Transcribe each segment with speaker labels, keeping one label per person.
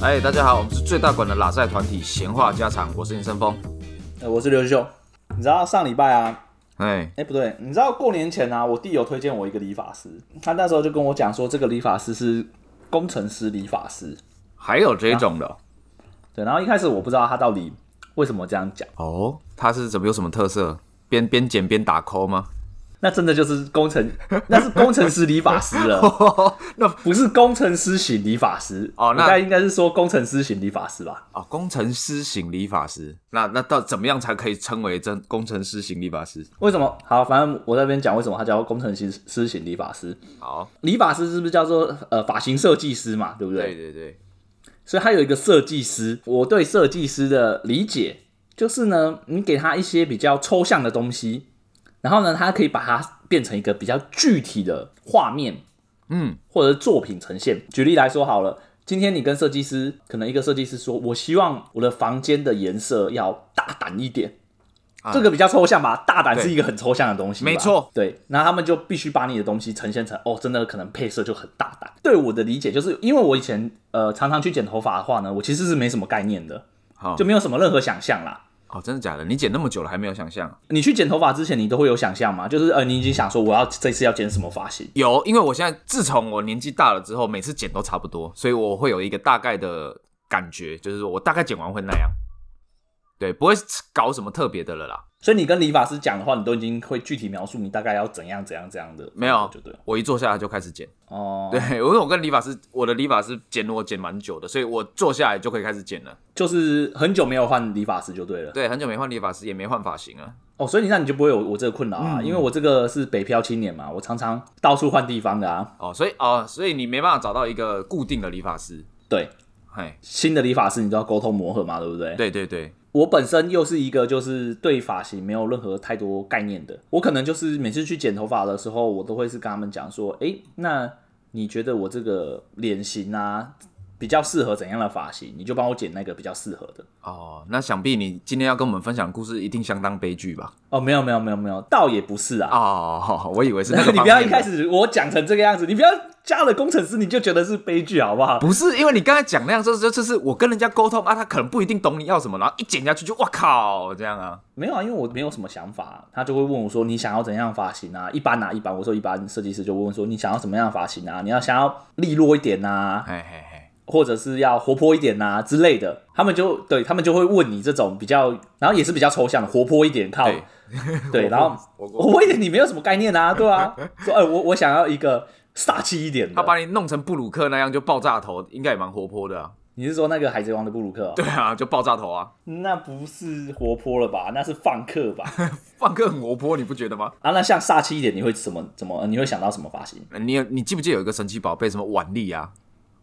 Speaker 1: 嗨，哎大家好，我们是最大馆的拉塞团体闲话家常，我是林森峰。
Speaker 2: 呃，我是刘秀。你知道上礼拜啊？
Speaker 1: 哎，
Speaker 2: 哎，不对，你知道过年前啊，我弟有推荐我一个理发师，他那时候就跟我讲说，这个理发师是工程师理发师。
Speaker 1: 还有这种的
Speaker 2: 对，然后一开始我不知道他到底为什么这样讲，
Speaker 1: 哦，它是怎么有什么特色？边边剪边打 call 吗？
Speaker 2: 那真的就是工程，那是工程师理发师了，
Speaker 1: 那
Speaker 2: 不是工程师型理发师。
Speaker 1: 哦那
Speaker 2: 应该应该是说工程师型理发师吧？
Speaker 1: 哦，工程师型理发师，那那到怎么样才可以称为真工程师型理发师？
Speaker 2: 为什么？好，反正我在这边讲为什么他叫工程师师型理发师。
Speaker 1: 好，
Speaker 2: 理发师是不是叫做呃发型设计师嘛？对不
Speaker 1: 对对对，
Speaker 2: 所以他有一个设计师。我对设计师的理解就是呢，你给他一些比较抽象的东西，然后呢，他可以把它变成一个比较具体的画面，
Speaker 1: 嗯，
Speaker 2: 或者是作品呈现。举例来说好了，今天你跟设计师，可能一个设计师说，我希望我的房间的颜色要大胆一点。
Speaker 1: 啊
Speaker 2: 这个比较抽象吧，大胆
Speaker 1: 对
Speaker 2: 是一个很抽象的东西吧，
Speaker 1: 没错
Speaker 2: 对，那他们就必须把你的东西呈现成哦，真的可能配色就很大胆。对我的理解就是，因为我以前呃常常去剪头发的话呢，我其实是没什么概念的，
Speaker 1: 好、
Speaker 2: 就没有什么任何想象啦。
Speaker 1: 哦，真的假的？你剪那么久了还没有想象？
Speaker 2: 你去剪头发之前，你都会有想象吗？就是呃，你已经想说我要这次要剪什么发型，
Speaker 1: 有，因为我现在自从我年纪大了之后，每次剪都差不多，所以我会有一个大概的感觉，就是说我大概剪完会那样，对，不会搞什么特别的了啦。
Speaker 2: 所以你跟理发师讲的话，你都已经会具体描述你大概要怎样怎样怎样的，哦
Speaker 1: 没有
Speaker 2: 就对了
Speaker 1: 我一坐下来就开始剪，
Speaker 2: 哦。
Speaker 1: 对，因为我跟理发师，我的理发师剪我剪蛮久的，所以我坐下来就可以开始剪了。
Speaker 2: 就是很久没有换理发师就对了。
Speaker 1: 对，很久没换理发师，也没换发型了。
Speaker 2: 哦，所以你那你就不会有我这个困扰
Speaker 1: 嗯
Speaker 2: 啊，因为我这个是北漂青年嘛，我常常到处换地方的啊。
Speaker 1: 哦，所以哦，所以你没办法找到一个固定的理发师。
Speaker 2: 对，
Speaker 1: 嘿，
Speaker 2: 新的理发师你都要沟通磨合嘛，对不对？
Speaker 1: 对对对，
Speaker 2: 我本身又是一个就是对发型没有任何太多概念的，我可能就是每次去剪头发的时候，我都会是跟他们讲说，诶，那你觉得我这个脸型啊比较适合怎样的发型，你就帮我剪那个比较适合的。
Speaker 1: 哦，那想必你今天要跟我们分享的故事，一定相当悲剧吧？
Speaker 2: 哦，没有没有没有没有，倒也不是啊，
Speaker 1: 哦， 我以为是那个。
Speaker 2: 你不要一开。始我讲成这个样子，你不要加了工程师你就觉得是悲剧好不好？
Speaker 1: 不是，因为你刚才讲那样，就是就是我跟人家沟通啊，他可能不一定懂你要什么，然后一剪下去就哇靠这样啊。
Speaker 2: 没有啊，因为我没有什么想法、他就会问我说你想要怎样的发型啊？一般啊，一般，我说一般，设计师就问说你想要什么样的发型啊？你要想要利落一点啊，
Speaker 1: 嘿嘿嘿，
Speaker 2: 或者是要活泼一点啊之类的，他们就对他们就会问你这种比较，然后也是比较抽象的，活泼一点靠
Speaker 1: 对
Speaker 2: 对，然后
Speaker 1: 活泼
Speaker 2: 活泼一点你没有什么概念啊，对 啊，说哎、我我想要一个煞气一点
Speaker 1: 他
Speaker 2: 的，
Speaker 1: 把你弄成布鲁克那样就爆炸头，应该也蛮活泼的啊。
Speaker 2: 你是说那个海贼王的布鲁克、哦？
Speaker 1: 对啊，就爆炸头啊，
Speaker 2: 那不是活泼了吧？那是放克吧？
Speaker 1: 放克很活泼，你不觉得吗？
Speaker 2: 啊，那像煞气一点，你会怎么怎么？你会想到什么发型？
Speaker 1: 你有你记不记得有一个神奇宝贝什么腕力啊、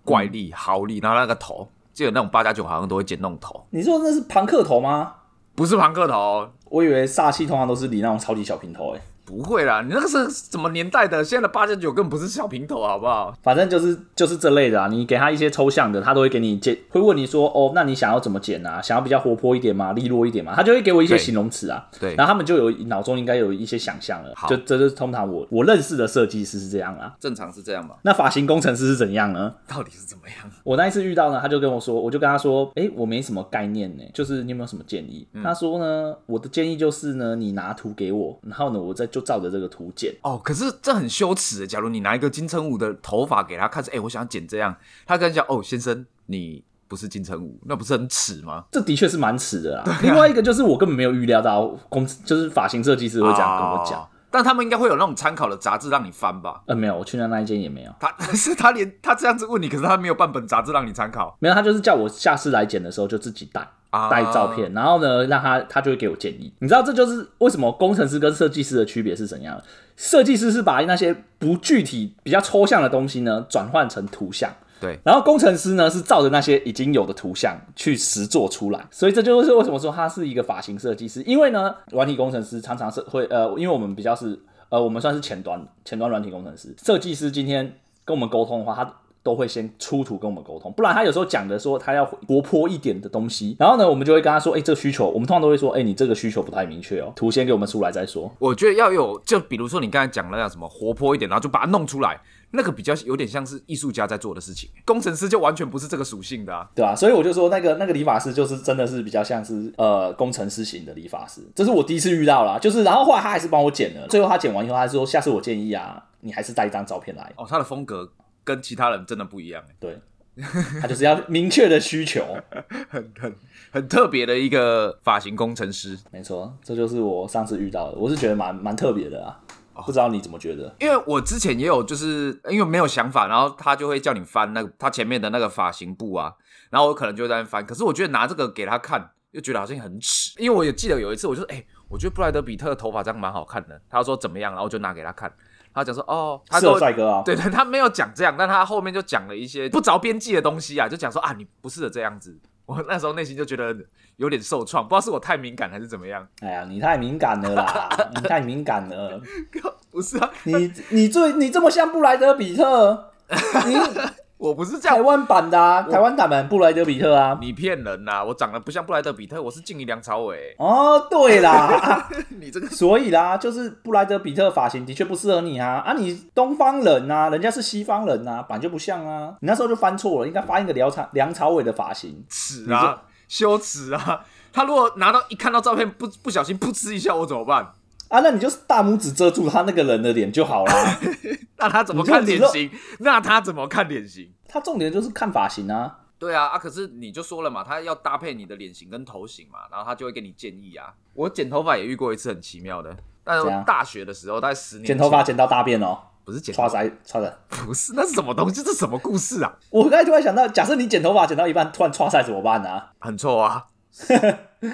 Speaker 1: 怪力、豪力，然后那个头，记得那种八加九好像都会剪那种头，
Speaker 2: 你说那是庞克头吗？
Speaker 1: 不是庞克头，哦
Speaker 2: 我以为煞气通常都是理那种超级小平头、欸，哎，
Speaker 1: 不会啦，你那个是什么年代的？现在的八加九根本不是小平头，啊好不好？
Speaker 2: 反正就是就是这类的啊。你给他一些抽象的，他都会给你剪，会问你说，哦，那你想要怎么剪啊？想要比较活泼一点吗？利落一点吗？他就会给我一些
Speaker 1: 对
Speaker 2: 形容词啊，
Speaker 1: 对
Speaker 2: 然后他们就有脑中应该有一些想象了
Speaker 1: 好。
Speaker 2: 就这就是通常我我认识的设计师是这样啊。
Speaker 1: 正常是这样吧？
Speaker 2: 那发型工程师是怎样呢？
Speaker 1: 到底是怎么样？
Speaker 2: 我那一次遇到呢，他就跟我说，我就跟他说，哎、我没什么概念呢，就是你有没有什么建议？
Speaker 1: 嗯
Speaker 2: 他说呢，我的建议就是呢，你拿图给我，然后呢，我再就照着这个图剪。
Speaker 1: 哦，可是这很羞耻耶。欸假如你拿一个金城武的头发给他看，说：“哎、我想要剪这样。”他跟你讲：“哦，先生，你不是金城武，那不是很耻吗
Speaker 2: 这的确是蛮迟的啦。
Speaker 1: 啊
Speaker 2: 另外一个就是我根本没有预料到公司就是发型设计师？”会这样跟我讲。
Speaker 1: 哦但他们应该会有那种参考的杂志让你翻吧？
Speaker 2: 呃，没有，我去那那一间也没有，
Speaker 1: 他 是他连他这样子问你，可是他没有半本杂志让你参考
Speaker 2: 没有，他就是叫我下次来剪的时候就自己带
Speaker 1: 啊
Speaker 2: 带照片，然后呢，让他他就会给我建议。你知道这就是为什么工程师跟设计师的区别是怎样的？设计师是把那些不具体、比较抽象的东西呢转换成图像，
Speaker 1: 对，
Speaker 2: 然后工程师呢是照着那些已经有的图像去实做出来，所以这就是为什么说他是一个发型设计师，因为呢，软体工程师常常是会呃，因为我们比较是呃，我们算是前端前端软体工程师，设计师今天跟我们沟通的话，他都会先出图跟我们沟通，不然他有时候讲的说他要活泼一点的东西，然后呢，我们就会跟他说，哎、这个需求，我们通常都会说，哎、你这个需求不太明确哦，图先给我们出来再说。
Speaker 1: 我觉得要有，就比如说你刚才讲了那什么活泼一点，然后就把它弄出来，那个比较有点像是艺术家在做的事情，工程师就完全不是这个属性的啊。
Speaker 2: 对啊，所以我就说那个那个理发师就是真的是比较像是呃工程师型的理发师，这是我第一次遇到啦。就是然后后来他还是帮我剪了，最后他剪完以后，他说下次我建议啊，你还是带一张照片来，
Speaker 1: 哦，他的风格跟其他人真的不一样，欸
Speaker 2: 对，他就是要明确的需求。
Speaker 1: 很很很特别的一个发型工程师。
Speaker 2: 没错，这就是我上次遇到的，我是觉得蛮蛮特别的啊，
Speaker 1: 哦
Speaker 2: 不知道你怎么觉得？
Speaker 1: 因为我之前也有，就是因为没有想法，然后他就会叫你翻那个他前面的那个发型布啊，然后我可能就会在那翻。可是我觉得拿这个给他看，又觉得好像很耻，因为我也记得有一次，我就说，哎、我觉得布莱德比特的头发这样蛮好看的。他说怎么样，然后我就拿给他看，他讲说，哦，他
Speaker 2: 适合
Speaker 1: 都
Speaker 2: 帅哥啊，
Speaker 1: 对对，他没有讲这样，但他后面就讲了一些不着边际的东西啊，就讲说啊，你不适合这样子。我那时候内心就觉得有点受创，不知道是我太敏感还是怎么样。
Speaker 2: 哎呀，你太敏感了啦， 你太敏感了，
Speaker 1: 不是啊，
Speaker 2: 你你最你这么像布莱德比 特，你
Speaker 1: 我不是这样
Speaker 2: 台，湾版的啊，台湾版本布莱德比特啊。
Speaker 1: 你骗人呐、我长得不像布莱德比特，我是静怡梁朝伟。
Speaker 2: 哦，对啦，
Speaker 1: 你这个
Speaker 2: 所以啦，就是布莱德比特发型的确不适合你啊！啊，你东方人呐、啊，人家是西方人呐、啊，本来就不像啊。你那时候就翻错了，应该翻一个梁朝梁朝伟的发型。
Speaker 1: 耻啊，羞耻啊！他如果拿到一看到照片不不小心噗嗤一下，我怎么办？
Speaker 2: 啊，那你就是大拇指遮住他那个人的脸就好啦。
Speaker 1: 那他怎么看脸型？那他怎么看脸型？
Speaker 2: 他重点就是看发型啊。
Speaker 1: 对啊啊！可是你就说了嘛，他要搭配你的脸型跟头型嘛，然后他就会给你建议啊。我剪头发也遇过一次很奇妙的，但
Speaker 2: 怎样
Speaker 1: 是大学的时候，大概十年
Speaker 2: 剪头发
Speaker 1: 前
Speaker 2: 剪到大便哦，
Speaker 1: 不是剪头
Speaker 2: 刷腮刷的。
Speaker 1: 不是那是什么东西？这什么故事啊？
Speaker 2: 我刚才突然想到，假设你剪头发剪到一半突然刷腮怎么办啊？
Speaker 1: 很臭啊！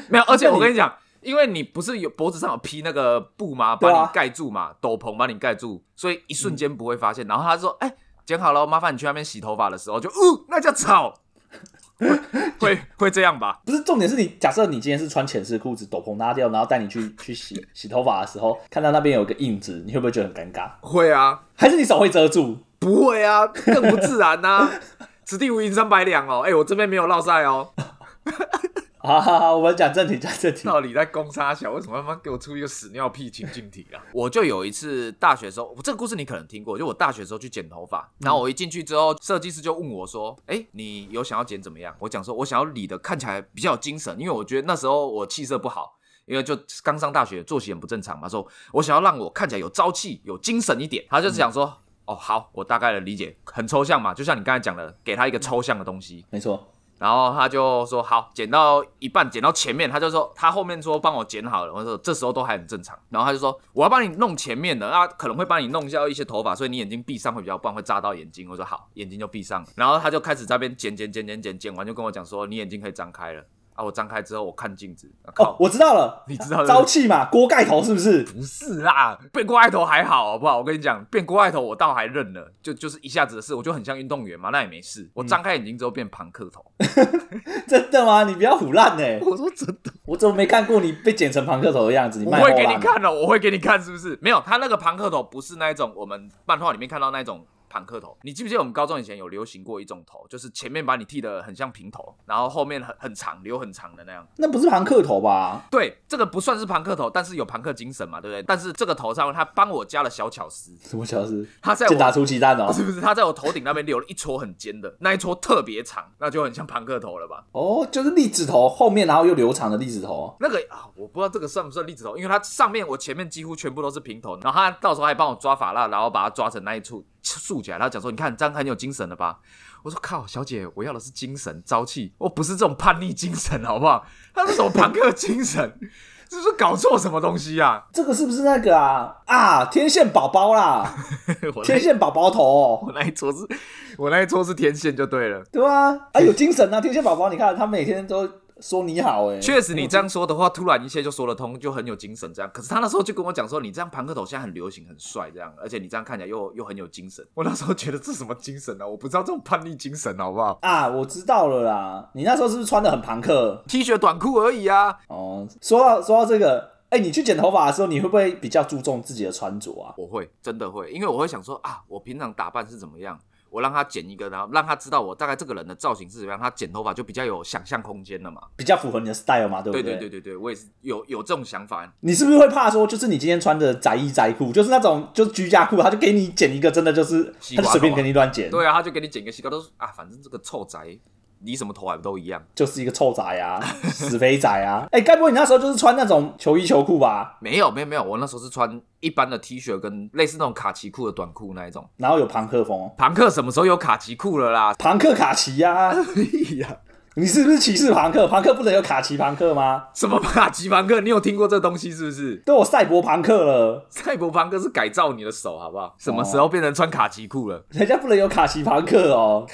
Speaker 1: 没有，而且我跟你讲，因为你不是有脖子上有披那个布吗？把
Speaker 2: 对啊
Speaker 1: 你盖住嘛，斗篷把你盖住，所以一瞬间不会发现。然后他说：“哎、剪好了，麻烦你去那边洗头发的时候就，呜、那叫草。 会”会会这样吧？
Speaker 2: 不是，重点是你假设你今天是穿浅色裤子，斗篷拉掉，然后带你去去洗洗头发的时候，看到那边有个印子，你会不会觉得很尴尬？
Speaker 1: 会啊，
Speaker 2: 还是你手会遮住？
Speaker 1: 不会啊，更不自然呐、啊。 此地无银三百两哦，哎、我这边没有落晒哦。
Speaker 2: 好好好，我们讲正题，讲正题。
Speaker 1: 到底在攻杀小？为什么他妈给我出一个屎尿屁情境题啊？ 我就有一次大学的时候，这个故事你可能听过，就我大学的时候去剪头发，然后我一进去之后，设计师就问我说：“哎、你有想要剪怎么样？”我讲说：“我想要理的看起来比较有精神，因为我觉得那时候我气色不好。”因为就刚上大学，作息很不正常嘛，说我想要让我看起来有朝气、有精神一点。他就是想说，哦，好，我大概的理解，很抽象嘛，就像你刚才讲的，给他一个抽象的东西。
Speaker 2: 没错，
Speaker 1: 然后他就说好，剪到一半，剪到前面，他就说他后面说帮我剪好了，我说这时候都还很正常。然后他就说我要帮你弄前面的，那可能会帮你弄掉一些头发，所以你眼睛闭上会比较棒，会扎到眼睛。我说好，眼睛就闭上了。然后他就开始在那边剪剪剪剪剪剪完，就跟我讲说你眼睛可以张开了啊。我张开之后我看镜子，啊、靠，
Speaker 2: 哦，我知道了，
Speaker 1: 你知道了
Speaker 2: 朝气嘛，锅盖头是不是？
Speaker 1: 不是啦，变锅盖头还好，好不好？我跟你讲，变锅盖头我倒还认了，就就是一下子的事，我就很像运动员嘛，那也没事。我张开眼睛之后变庞克头，
Speaker 2: 真的吗？你不要胡乱呢，
Speaker 1: 我说真的。
Speaker 2: 我怎么没看过你被剪成庞克头的样子？你
Speaker 1: 我
Speaker 2: 卖后
Speaker 1: 会给
Speaker 2: 啦
Speaker 1: 你看哦，我会给你看，是不是？没有，他那个庞克头不是那一种我们漫画里面看到那一种庞克头。你记不记得我们高中以前有流行过一种头，就是前面把你剃得很像平头，然后后面很很长，留很长的那样。
Speaker 2: 那不是庞克头吧？
Speaker 1: 对，这个不算是庞克头，但是有庞克精神嘛，对不对？但是这个头上他帮我加了小巧思，
Speaker 2: 什么小事？
Speaker 1: 他在
Speaker 2: 剑打
Speaker 1: 我。
Speaker 2: 出奇蛋 哦！
Speaker 1: 是不是他在我头顶那边留了一撮很尖的，那一撮特别长，那就很像庞克头了吧？
Speaker 2: 哦，就是栗子头后面，然后又留长的栗子头。
Speaker 1: 那个啊，我不知道这个算不算栗子哦头，因为它上面我前面几乎全部都是平头，然后他到时候还帮我抓发蜡，然后把它抓成那一处竖起来，然后讲说你看这样很有精神了吧？ 我说靠，小姐，我要的是精神朝气，我不是这种叛逆精神，好不好？他是什么朋克精神？ 是不是搞错什么东西啊？
Speaker 2: 这个是不是那个啊啊天线宝 宝啦？
Speaker 1: 我
Speaker 2: 天
Speaker 1: 那
Speaker 2: 线宝宝头哦，
Speaker 1: 我那一撮是，我那一撮是天线就对了。
Speaker 2: 对啊，啊有精神啊！天线宝宝，你看他每天都说你好哎，
Speaker 1: 确实，你这样说的话，突然一切就说得通，就很有精神。这样，可是他那时候就跟我讲说，你这样庞克头现在很流行，很帅，这样，而且你这样看起来又又很有精神。 我那时候觉得这什么精神呢、啊？我不知道这种叛逆精神好不好
Speaker 2: 啊，我知道了啦。你那时候是不是穿的很朋克？
Speaker 1: ？T 恤短裤而已啊，
Speaker 2: 哦，说到说到这个，哎、你去剪头发的时候，你会不会比较注重自己的穿着啊？
Speaker 1: 我会真的会，因为我会想说啊，我平常打扮是怎么样。我让他剪一个，然后让他知道我大概这个人的造型是怎么样，他剪头发就比较有想象空间了嘛。
Speaker 2: 比较符合你的 style 嘛，对不
Speaker 1: 对
Speaker 2: 对
Speaker 1: 对对对对，我也是有有这种想法。
Speaker 2: 你是不是会怕说，就是你今天穿的窄衣窄裤，就是那种就是居家裤，他就给你剪一个，真的就是
Speaker 1: 西
Speaker 2: 他
Speaker 1: 瓜
Speaker 2: 就随便
Speaker 1: 头啊
Speaker 2: 给你乱剪，
Speaker 1: 对啊，他就给你剪个西瓜，都说啊，反正这个臭宅理什么头还不都一样。
Speaker 2: 就是一个臭宅啊， 死肥宅啊！哎、该不会你那时候就是穿那种球衣球裤吧？
Speaker 1: 没有没有没有，我那时候是穿一般的 T 恤跟类似那种卡其裤的短裤那一种。
Speaker 2: 然后有朋克风，哦
Speaker 1: 庞克什么时候有卡其裤了啦？
Speaker 2: 朋克卡其呀、啊，你是不是歧视朋克？朋克不能有卡其朋克吗？
Speaker 1: 什么卡其庞克？你有听过这东西是不是？
Speaker 2: 都有赛博朋克了，
Speaker 1: 赛博庞克是改造你的手，好不好？什么时候变成穿卡其裤了？
Speaker 2: 人家不能有卡其朋克哦。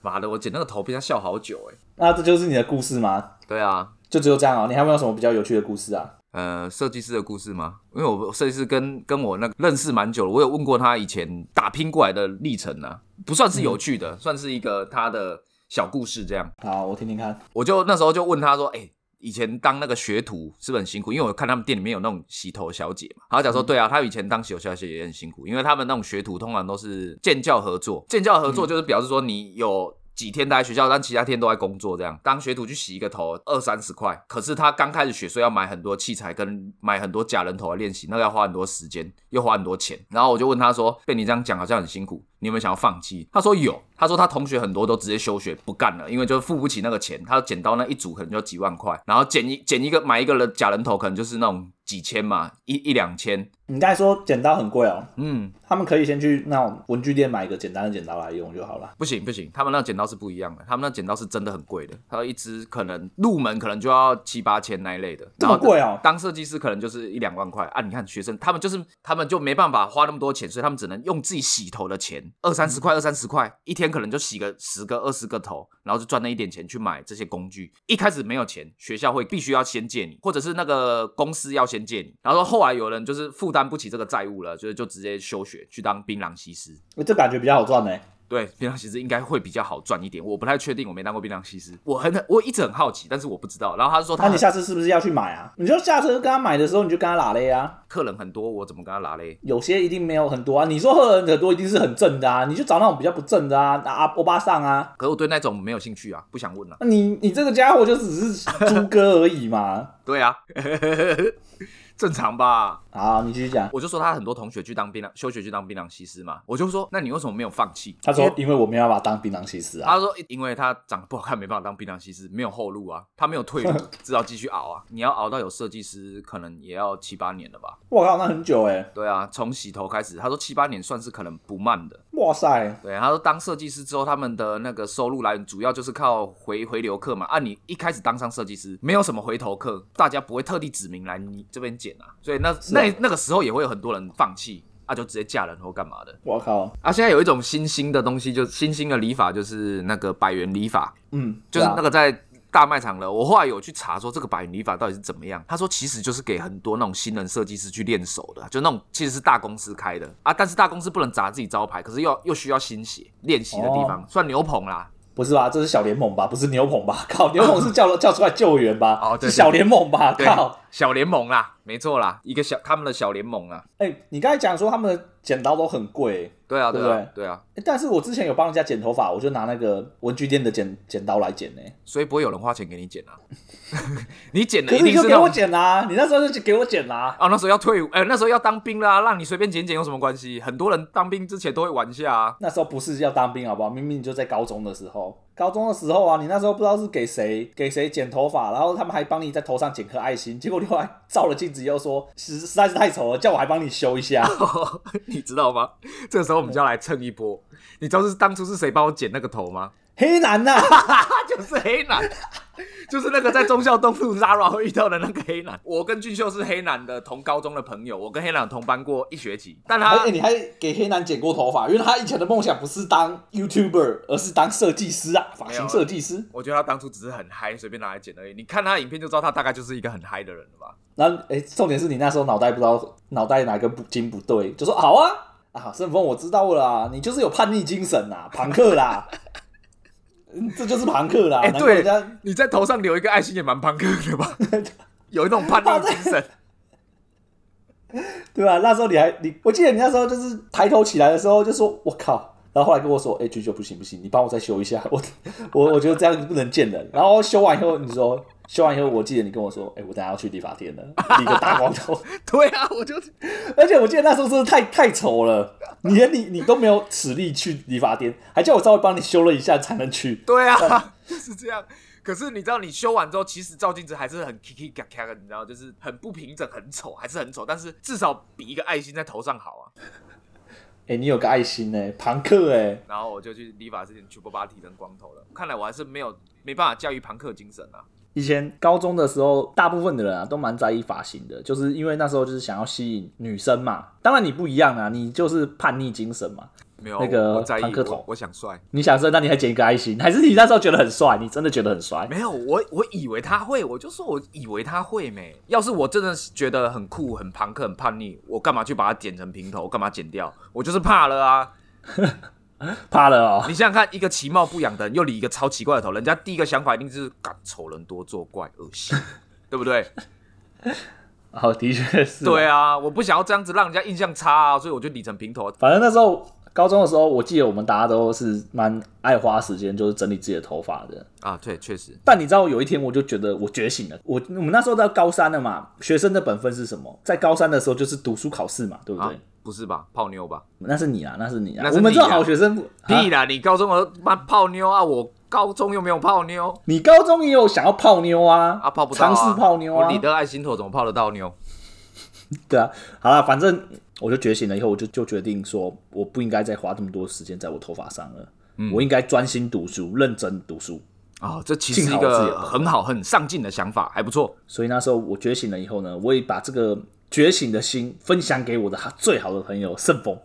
Speaker 1: 妈的，我剪那个头被他笑好久哎、
Speaker 2: 那这就是你的故事吗？
Speaker 1: 对啊，
Speaker 2: 就只有这样哦。你还有没有什么比较有趣的故事啊？
Speaker 1: 呃，设计师的故事吗？因为我设计师跟跟我那个认识蛮久了，我有问过他以前打拼过来的历程啊，不算是有趣的，算是一个他的小故事这样。
Speaker 2: 好，我听听看。
Speaker 1: 我就那时候就问他说：“哎、以前当那个学徒是不是很辛苦？因为我看他们店里面有那种洗头小姐嘛。”他讲说：“对啊，他以前当洗头小姐也很辛苦，因为他们那种学徒通常都是建教合作，建教合作就是表示说你有。”几天待在学校，但其他天都在工作，这样当学徒去洗一个头二三十块。可是他刚开始学，所以要买很多器材跟买很多假人头来练习，那个要花很多时间，又花很多钱。然后我就问他说：“被你这样讲好像很辛苦，你有没有想要放弃？”他说有，他说他同学很多都直接休学不干了，因为就是付不起那个钱。他剪刀那一组可能就几万块，然后剪一剪一个买一个人假人头，可能就是那种几千嘛，一一两千。
Speaker 2: 你刚才说剪刀很贵哦，
Speaker 1: 嗯，
Speaker 2: 他们可以先去那种文具店买一个简单的剪刀来用就好了。
Speaker 1: 不行不行，他们那剪刀是不一样的，他们那剪刀是真的很贵的，他一支可能入门可能就要七八千那一类的，
Speaker 2: 这么贵哦
Speaker 1: 当设计师可能就是一两万块啊！你看学生，他们就是他们就没办法花那么多钱，所以他们只能用自己洗头的钱，二三
Speaker 2: 嗯
Speaker 1: 十块，二三十块，一天可能就洗个十个、二十个头，然后就赚那一点钱去买这些工具。一开始没有钱，学校会必须要先借你，或者是那个公司要先借你，然后后来有人就是负担不起这个债务了，就是就直接休学去当槟榔西施。
Speaker 2: 欸这感觉比较好赚呢、
Speaker 1: 对，槟榔西施应该会比较好赚一点，我不太确定，我没当过槟榔西施，我很我一直很好奇，但是我不知道。然后他就说他
Speaker 2: 那
Speaker 1: 很
Speaker 2: 你下次是不是要去买啊？你就下次跟他买的时候，你就跟他拉嘞啊。
Speaker 1: 客人很多，我怎么跟他拿嘞？
Speaker 2: 有些一定没有很多啊。你说客人很多，一定是很正的啊。你就找那种比较不正的啊，啊欧巴桑啊。
Speaker 1: 可是我对那种没有兴趣啊，不想问了、
Speaker 2: 那你你这个家伙就只是猪哥而已嘛。
Speaker 1: 对啊， 正常吧？
Speaker 2: 好，你继续讲。
Speaker 1: 我就说他很多同学去当槟榔，休学去当槟榔西施嘛。我就说，那你为什么没有放弃？
Speaker 2: 他
Speaker 1: 因
Speaker 2: 说
Speaker 1: 为，
Speaker 2: 因为我没有办法当槟榔西施啊。
Speaker 1: 他说，因为他长得不好看，没办法当槟榔西施，没有后路啊，他没有退 路，只好继续熬啊。你要熬到有设计师，可能也要七八年了吧？
Speaker 2: 我靠，那很久哎、
Speaker 1: 对啊，从洗头开始，他说七八年算是可能不慢的。
Speaker 2: 哇塞，
Speaker 1: 对，他说当设计师之后，他们的那个收入来源主要就是靠回回流客嘛。啊，你一开始当上设计师，没有什么回头客，大家不会特地指名来你这边剪啊，所以那、那那个时候也会有很多人放弃。啊，就直接嫁人或干嘛的
Speaker 2: 我靠，
Speaker 1: 啊！现在有一种新兴的东西，就新兴的理发，就是那个百元理发，
Speaker 2: 嗯，
Speaker 1: 就是
Speaker 2: 对啊
Speaker 1: 那个在大卖场了。我后来有去查说这个百元理发到底是怎么样，他说其实就是给很多那种新人设计师去练手的，啊就那种其实是大公司开的啊，但是大公司不能砸自己招牌，可是又又需要新血练习的地
Speaker 2: 哦
Speaker 1: 方，算牛棚啦。
Speaker 2: 不是吧？这是小联盟吧？不是牛棚吧？ 靠，牛棚是 叫叫出来救援吧？
Speaker 1: 哦对
Speaker 2: 是小联盟吧？
Speaker 1: 对
Speaker 2: 靠，，
Speaker 1: 小联盟啦，没错啦，一个小他们的小联盟啦。
Speaker 2: 哎、你刚才讲说他们的剪刀都很贵、
Speaker 1: 对啊，
Speaker 2: 对
Speaker 1: 对
Speaker 2: 不
Speaker 1: 啊，对啊，
Speaker 2: 欸但是我之前有帮人家剪头发，我就拿那个文具店的剪剪刀来剪呢、
Speaker 1: 所以不会有人花钱给你剪啊。 你剪的
Speaker 2: 可
Speaker 1: 一
Speaker 2: 是你
Speaker 1: 定
Speaker 2: 就是给
Speaker 1: 那
Speaker 2: 我
Speaker 1: 种
Speaker 2: 剪啦、你那时候就给我剪啦、
Speaker 1: 啊，那时候要退伍，呃，那时候要当兵啦、让你随便剪剪有什么关系？很多人当兵之前都会玩一下啊。
Speaker 2: 那时候不是要当兵好不好？明明你就在高中的时候，高中的时候啊，你那时候不知道是给谁给谁剪头发，然后他们还帮你在头上剪颗爱心，结果你后来照了镜子又说实实在是太丑了，叫我还帮你修一下。
Speaker 1: 你知道吗？这时候我们就要来蹭一波。你知道是当初是谁帮我剪那个头吗？
Speaker 2: 黑男啊呐、
Speaker 1: 他就是黑男， 就是那个在忠孝东路 Zara 会遇到的那个黑男。我跟俊秀是黑男的同高中的朋友，我跟黑男同班过一学期，但
Speaker 2: 哎、
Speaker 1: 他
Speaker 2: 欸你还给黑男剪过头发，因为他以前的梦想不是当 YouTuber，而是当设计师啊，发
Speaker 1: 没有
Speaker 2: 型
Speaker 1: 啊
Speaker 2: 设计师。
Speaker 1: 我觉得他当初只是很嗨，随便拿来剪而已。你看他的影片就知道，他大概就是一个很嗨的人了吧？
Speaker 2: 然后，哎、重点是你那时候脑袋不知道脑袋哪根不筋不对，就说好啊啊，盛峰我知道了啦，你就是有叛逆精神呐，朋克啦， 嗯这就是朋克啦。
Speaker 1: 哎、
Speaker 2: 难怪
Speaker 1: 对
Speaker 2: 人家，
Speaker 1: 你在头 上留一个爱心也蛮朋克的吧？有一种叛逆精神。
Speaker 2: 对吧、那时候你还你，我记得你那时候就是抬头起来的时候就说“我靠”，然后后来跟我说：“哎、菊九不行不行，你帮我再修一下， 我我我觉得这样不能见人。”然后修完以后你说。修完以后，我记得你跟我说：“哎、我等下要去理发店了， 理个大光头。
Speaker 1: 对啊，我就”
Speaker 2: 而且我记得那时候真的太太丑了，你连你你都没有齿力去理发店，还叫我稍微帮你修了一下才能去。
Speaker 1: 对 啊，就是这样。可是你知道，你修完之后，其实照镜子还是很 kiki 嘎嘎的，你知道，就是很不平整，很丑，还是很丑，但是至少比一个爱心在头上好啊。
Speaker 2: 哎、你有个爱心哎、庞克哎、
Speaker 1: 然后我就去理发之前去波巴剃成光头了。看来我还是没有没办法驾驭朋克精神啊。
Speaker 2: 以前高中的时候，大部分的人啊都蛮在意发型的，就是因为那时候就是想要吸引女生嘛。当然你不一样啊，你就是叛逆精神嘛。
Speaker 1: 没有
Speaker 2: 那个
Speaker 1: 我在意
Speaker 2: 朋克头
Speaker 1: 我，我想帅。
Speaker 2: 你想说，那你还剪一个爱心，还是你那时候觉得很帅？你真的觉得很帅？
Speaker 1: 没有，我我以为他会，我就说我以为他会没。要是我真的觉得很酷、很朋克、很叛逆，我干嘛去把它剪成平头？我干嘛剪掉？我就是怕了啊！
Speaker 2: 怕了哦，
Speaker 1: 你想想看，一个其貌不扬的人，又理一个超奇怪的头，人家第一个想法一定是“干丑人多作怪，恶心”， 对不对？
Speaker 2: 哦，的确 是。
Speaker 1: 对，啊，我不想要这样子让人家印象差啊，所以我就理成平头。
Speaker 2: 反正那时候高中的时候，我记得我们大家都是蛮爱花时间，就是整理自己的头发的。
Speaker 1: 啊，对，确实，
Speaker 2: 但你知道有一天我就觉得我觉醒了，我我们那时候到高三了嘛，学生的本分是什么？在高三的时候就是读书考试嘛，对不
Speaker 1: 啊
Speaker 2: 对？，
Speaker 1: 不是吧？泡妞吧？
Speaker 2: 那是你啊，那是你啊，
Speaker 1: 那是
Speaker 2: 我们这
Speaker 1: 你
Speaker 2: 种
Speaker 1: 啊
Speaker 2: 好学生不啊
Speaker 1: 屁啦！你高中我妈泡妞啊，我高中又没有泡妞
Speaker 2: 你高中也有想要泡妞啊？
Speaker 1: 啊，泡不到、啊。
Speaker 2: 尝试泡妞啊
Speaker 1: 我？理得爱心头怎么泡得到妞？
Speaker 2: 对啊，好了，反正我就觉醒了以后，我就就决定说，我不应该再花这么多时间在我头发上了，
Speaker 1: 嗯
Speaker 2: 我应该专心读书，认真读书。
Speaker 1: 啊、这其实是
Speaker 2: 幸
Speaker 1: 一
Speaker 2: 好我自己有
Speaker 1: 个
Speaker 2: 泡
Speaker 1: 很好、很上进的想法，还不错。
Speaker 2: 所以那时候我觉醒了以后呢，我也把这个觉醒的心分享给我的最好的朋友盛峰。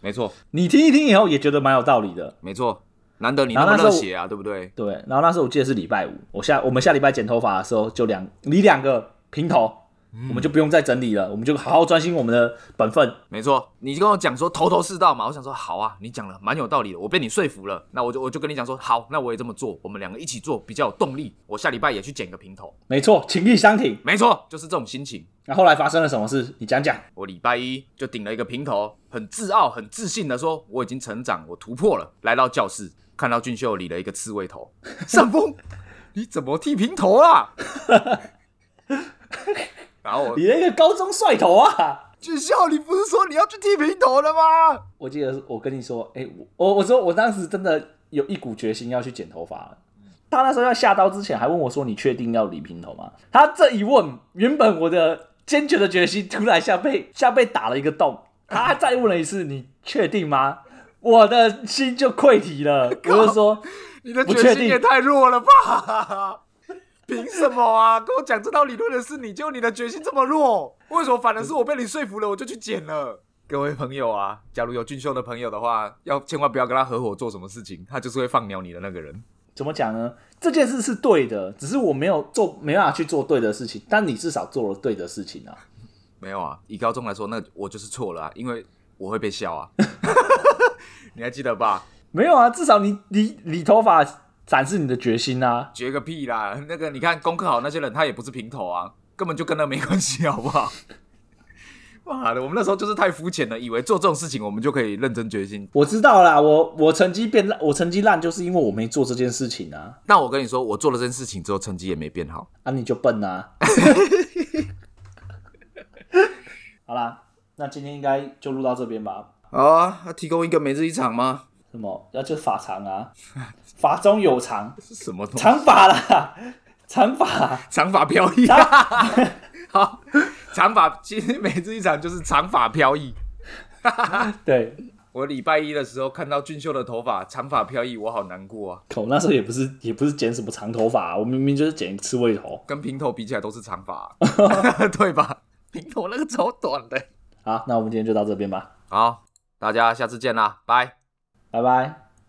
Speaker 1: 没错，
Speaker 2: 你听一听以后也觉得蛮有道理的，
Speaker 1: 没错，难得你那
Speaker 2: 然后
Speaker 1: 么
Speaker 2: 那时
Speaker 1: 热
Speaker 2: 候
Speaker 1: 血啊，对不对？
Speaker 2: 对。然后那时候我记得是礼拜五，我下我们下礼拜剪头发的时候就两理两个平头，
Speaker 1: 嗯
Speaker 2: 我们就不用再整理了，我们就好好专心我们的本分。
Speaker 1: 没错，你就跟我讲说头头是道嘛，我想说好啊，你讲了蛮有道理的，我被你说服了，那我就我就跟你讲说好，那我也这么做，我们两个一起做比较有动力。我下礼拜也去剪个平头，
Speaker 2: 没错，情义相挺。
Speaker 1: 没错，就是这种心情。
Speaker 2: 那后来发生了什么事？你讲讲。
Speaker 1: 我礼拜一就顶了一个平头，很自傲、很自信的说我已经成长，我突破了。来到教室，看到俊秀理了一个刺猬头，上峰，你怎么剃平头啊？ 然后我
Speaker 2: 你那个高中帅头啊！
Speaker 1: 俊秀，你不是说你要去剃平头了吗？
Speaker 2: 我记得我跟你说，哎、我我我说我当时真的有一股决心要去剪头发了。他那时候要下刀之前还问我说：“你确定要理平头吗？”他这一问，原本我的坚决的决心突然像被像被打了一个洞。他再问了一次：“你确定吗？”我的心就溃堤了。我就说
Speaker 1: 你的
Speaker 2: 不确
Speaker 1: 决心
Speaker 2: 定
Speaker 1: 也太弱了 吧？凭什么啊？跟我讲这套理论的是你，就你的决心这么弱，为什么反而是我被你说服了，我就去剪了？各位朋友啊，假如有俊秀的朋友的话，要千万不要跟他合伙做什么事情，他就是会放鸟你的那个人。：“
Speaker 2: 怎么讲呢？这件事是对的，只是我没有做，没办法去做对的事情。但你至少做了对的事情啊。”
Speaker 1: 没有啊，以高中来说，那我就是错了啊，因为我会被笑啊。 你还记得吧？
Speaker 2: 没有啊，至少你理理头发展示你的决心啊。
Speaker 1: 绝个屁啦！ 那个你看功课好那些人，他也不是平头啊，根本就跟那没关系，好不好？ 妈的，我们那时候就是太肤浅了，以为做这种事情我们就可以认真决心。
Speaker 2: 我知道啦，我我成绩变烂，我成绩烂就是因为我没做这件事情啊，
Speaker 1: 但我跟你说，我做了这件事情之后，成绩也没变好。
Speaker 2: 啊你就笨 啊。好啦，那今天应该就录到这边吧。
Speaker 1: 好啊，那提供一个每日一场吗？
Speaker 2: 什么？要就法长啊，法中有常，
Speaker 1: 是什么东西？
Speaker 2: 长法啦，长法。
Speaker 1: 长发飘逸。 好，长发今天每日一场就是长发飘逸。
Speaker 2: 对，
Speaker 1: 我礼拜一的时候看到俊秀的头发长发飘逸，我好难过啊！
Speaker 2: 我那时候也不是也不是剪什么长头发啊、我明明就是剪刺猬头。
Speaker 1: 跟平头比起来都是长发、啊 对吧？平头那个超短的。
Speaker 2: 好，那我们今天就到这边吧，
Speaker 1: 好，大家下次见啦，拜。
Speaker 2: 拜拜。